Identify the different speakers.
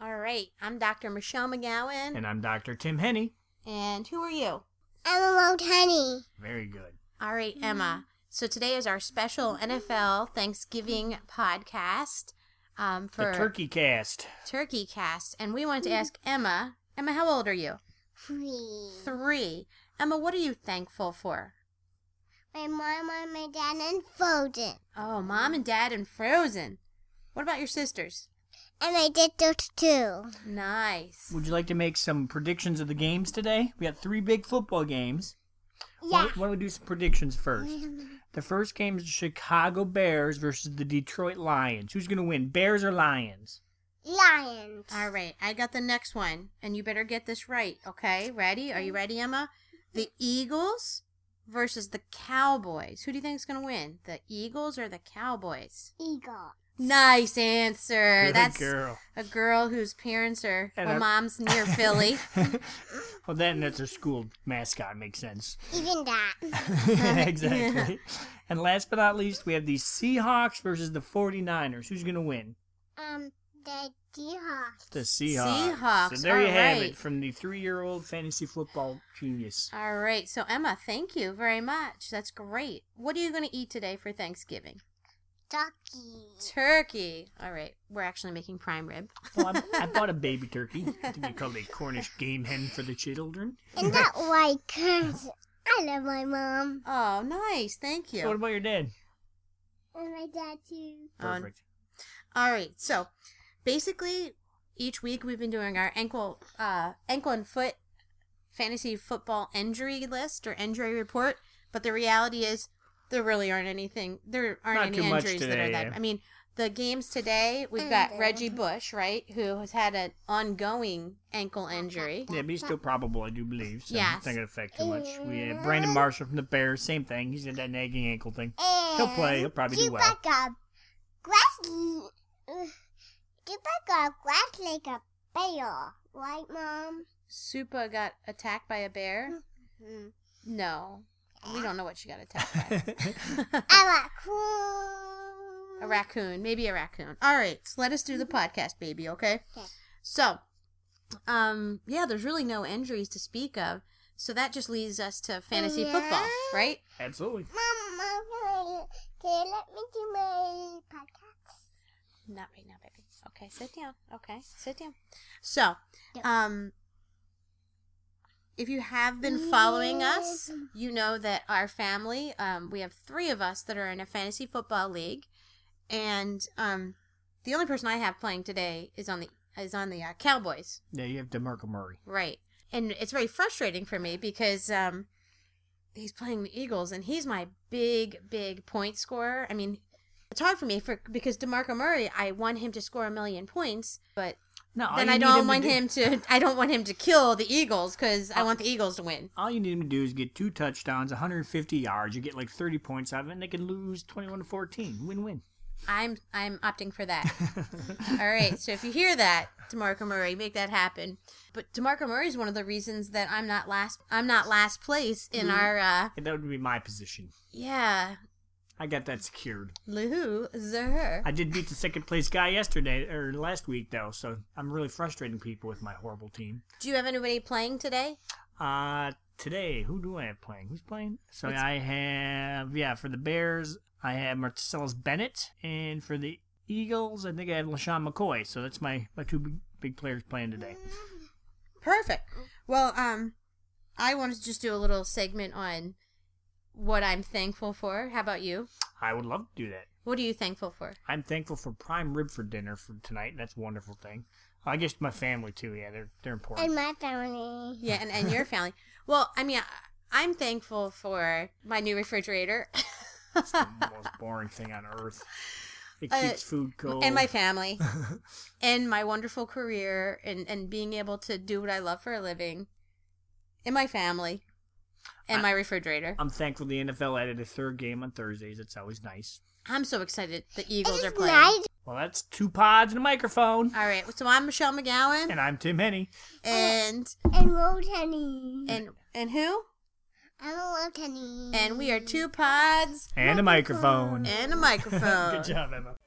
Speaker 1: Great. I'm Dr. Michelle McGowan.
Speaker 2: And I'm Dr. Tim Henney.
Speaker 1: And who are you?
Speaker 3: Emma Multani.
Speaker 2: Very good.
Speaker 1: All right, Emma. So today is our special NFL Thanksgiving podcast um, for
Speaker 2: the Turkey Cast.
Speaker 1: Turkey Cast. And we want to ask Emma, Emma, how old are you?
Speaker 3: Three.
Speaker 1: Three. Emma, what are you thankful for?
Speaker 3: My mom and my dad and Frozen.
Speaker 1: Oh, mom and dad and Frozen. What about your sisters?
Speaker 3: And I did those too.
Speaker 1: Nice.
Speaker 2: Would you like to make some predictions of the games today? We got three big football games. Why
Speaker 3: Yeah.
Speaker 2: why don't we do some predictions first? The first game is the Chicago Bears versus the Detroit Lions. Who's going to win, Bears or Lions?
Speaker 3: Lions.
Speaker 1: All right, I got the next one, and you better get this right, okay? Ready? Are you ready, Emma? The Eagles versus the Cowboys. Who do you think is going to win, the Eagles or the Cowboys?
Speaker 3: Eagle.
Speaker 1: Nice answer.
Speaker 2: Good
Speaker 1: That's
Speaker 2: girl.
Speaker 1: a girl whose parents are,
Speaker 2: And
Speaker 1: well,
Speaker 2: a-
Speaker 1: mom's near Philly.
Speaker 2: Well, then that's a school mascot. Makes sense.
Speaker 3: Even that.
Speaker 2: exactly. And last but not least, we have the Seahawks versus the 49ers. Who's going to win?
Speaker 3: Um, the Seahawks.
Speaker 2: The Seahawks.
Speaker 1: Seahawks,
Speaker 2: So there you
Speaker 1: all
Speaker 2: have
Speaker 1: right.
Speaker 2: it from the three-year-old fantasy football genius.
Speaker 1: All right, so Emma, thank you very much. That's great. What are you going to eat today for Thanksgiving?
Speaker 3: Ducky.
Speaker 1: Turkey. All right, we're actually making prime rib.
Speaker 2: Well, I, I bought a baby turkey. I think we call it a Cornish game hen for the children.
Speaker 3: And that white curse. I love my mom.
Speaker 1: Oh, nice. Thank you.
Speaker 2: What about your dad?
Speaker 3: And my dad too.
Speaker 1: Oh,
Speaker 2: Perfect.
Speaker 1: All right. So basically, each week we've been doing our ankle, uh, ankle and foot fantasy football injury list or injury report. But the reality is, there really aren't anything. There
Speaker 2: Not
Speaker 1: aren't
Speaker 2: too
Speaker 1: any
Speaker 2: much
Speaker 1: injuries that
Speaker 2: today,
Speaker 1: are that.
Speaker 2: yeah.
Speaker 1: I mean, the games today we've
Speaker 3: And
Speaker 1: got
Speaker 3: then-
Speaker 1: Reggie Bush, right, who has had an ongoing ankle injury.
Speaker 2: Yeah, but he's still probable, I do believe. So
Speaker 1: Yes.
Speaker 2: it's not going to affect too much. We had Brandon Marshall from the Bears. Same thing. He's had that nagging ankle thing.
Speaker 3: And
Speaker 2: He'll play. He'll probably do well.
Speaker 3: Chewbacca. Grass. uh, Chewbacca. Grass like a bear. Right, mom?
Speaker 1: Supa got attacked by a bear.
Speaker 3: Hmm.
Speaker 1: No, we don't know what she got attacked by.
Speaker 3: A raccoon.
Speaker 1: A raccoon, maybe a raccoon. All right, so let us do the podcast, baby. Mm-hmm. Okay.
Speaker 3: Okay.
Speaker 1: So, um, yeah, there's really no injuries to speak of, so that just leads us to fantasy
Speaker 3: Yeah.
Speaker 1: football, right?
Speaker 2: Absolutely.
Speaker 3: Mom, mom, can I- can you let me do my podcast?
Speaker 1: Not right now, baby. Okay, sit down. Okay, sit down. So,
Speaker 3: Yep.
Speaker 1: um, if you have been following us, you know that our family, um, we have three of us that are in a fantasy football league, and um, the only person I have playing today is on the is on the uh, Cowboys.
Speaker 2: Yeah, you have DeMarco Murray.
Speaker 1: Right. And it's very frustrating for me because um, he's playing the Eagles and he's my big, big point scorer. I mean, it's hard for me for because DeMarco Murray, I want him to score a million points, but
Speaker 2: No, all
Speaker 1: then
Speaker 2: you
Speaker 1: I
Speaker 2: need
Speaker 1: don't
Speaker 2: to
Speaker 1: want
Speaker 2: do-
Speaker 1: him to I don't want him to kill the Eagles cuz I want the Eagles to win.
Speaker 2: All you need him to do is get two touchdowns, 150 yards. You get like 30 points out of it, and they can lose 21 to 14. Win win.
Speaker 1: I'm I'm opting for that. All right. So if you hear that, DeMarco Murray, make that happen. But DeMarco Murray is one of the reasons that I'm not last I'm not last place in our uh
Speaker 2: And that would be my position.
Speaker 1: yeah,
Speaker 2: I got that secured.
Speaker 1: loser.
Speaker 2: I did beat the second place guy yesterday or last week though, so I'm really frustrating people with my horrible team.
Speaker 1: Do you have anybody playing today?
Speaker 2: Uh today, who do I have playing? Who's playing? So I have yeah, for the Bears, I have Marcellus Bennett, and for the Eagles, I think I have LaShawn McCoy. So that's my my two big, big players playing today.
Speaker 1: Perfect. Well, um, I wanted to just do a little segment on what I'm thankful for. How about you?
Speaker 2: I would love to do that.
Speaker 1: What are you thankful for?
Speaker 2: I'm thankful for prime rib for dinner for tonight. That's a wonderful thing. I guess my family too. Yeah, they're they're important.
Speaker 3: And my family.
Speaker 1: Yeah, and, and your family. Well, I mean, I, I'm thankful for my new refrigerator
Speaker 2: the most boring thing on earth. It
Speaker 1: Uh,
Speaker 2: keeps food cold.
Speaker 1: and my family and my wonderful career and, and being able to do what I love for a living and my family and my refrigerator.
Speaker 2: I'm thankful the NFL added a third game on Thursdays. It's always nice.
Speaker 1: I'm so excited the
Speaker 3: This
Speaker 1: Eagles are
Speaker 3: is
Speaker 1: playing.
Speaker 3: nice.
Speaker 2: Well, that's two pods and a microphone.
Speaker 1: All right, so I'm Michelle McGowan
Speaker 2: And I'm Tim Henney.
Speaker 1: and
Speaker 3: And roll tenny.
Speaker 1: and and who?
Speaker 3: I'm a roll tenny.
Speaker 1: And we are two pods
Speaker 2: And a microphone.
Speaker 1: and uh, a microphone.
Speaker 2: Good job, Emma.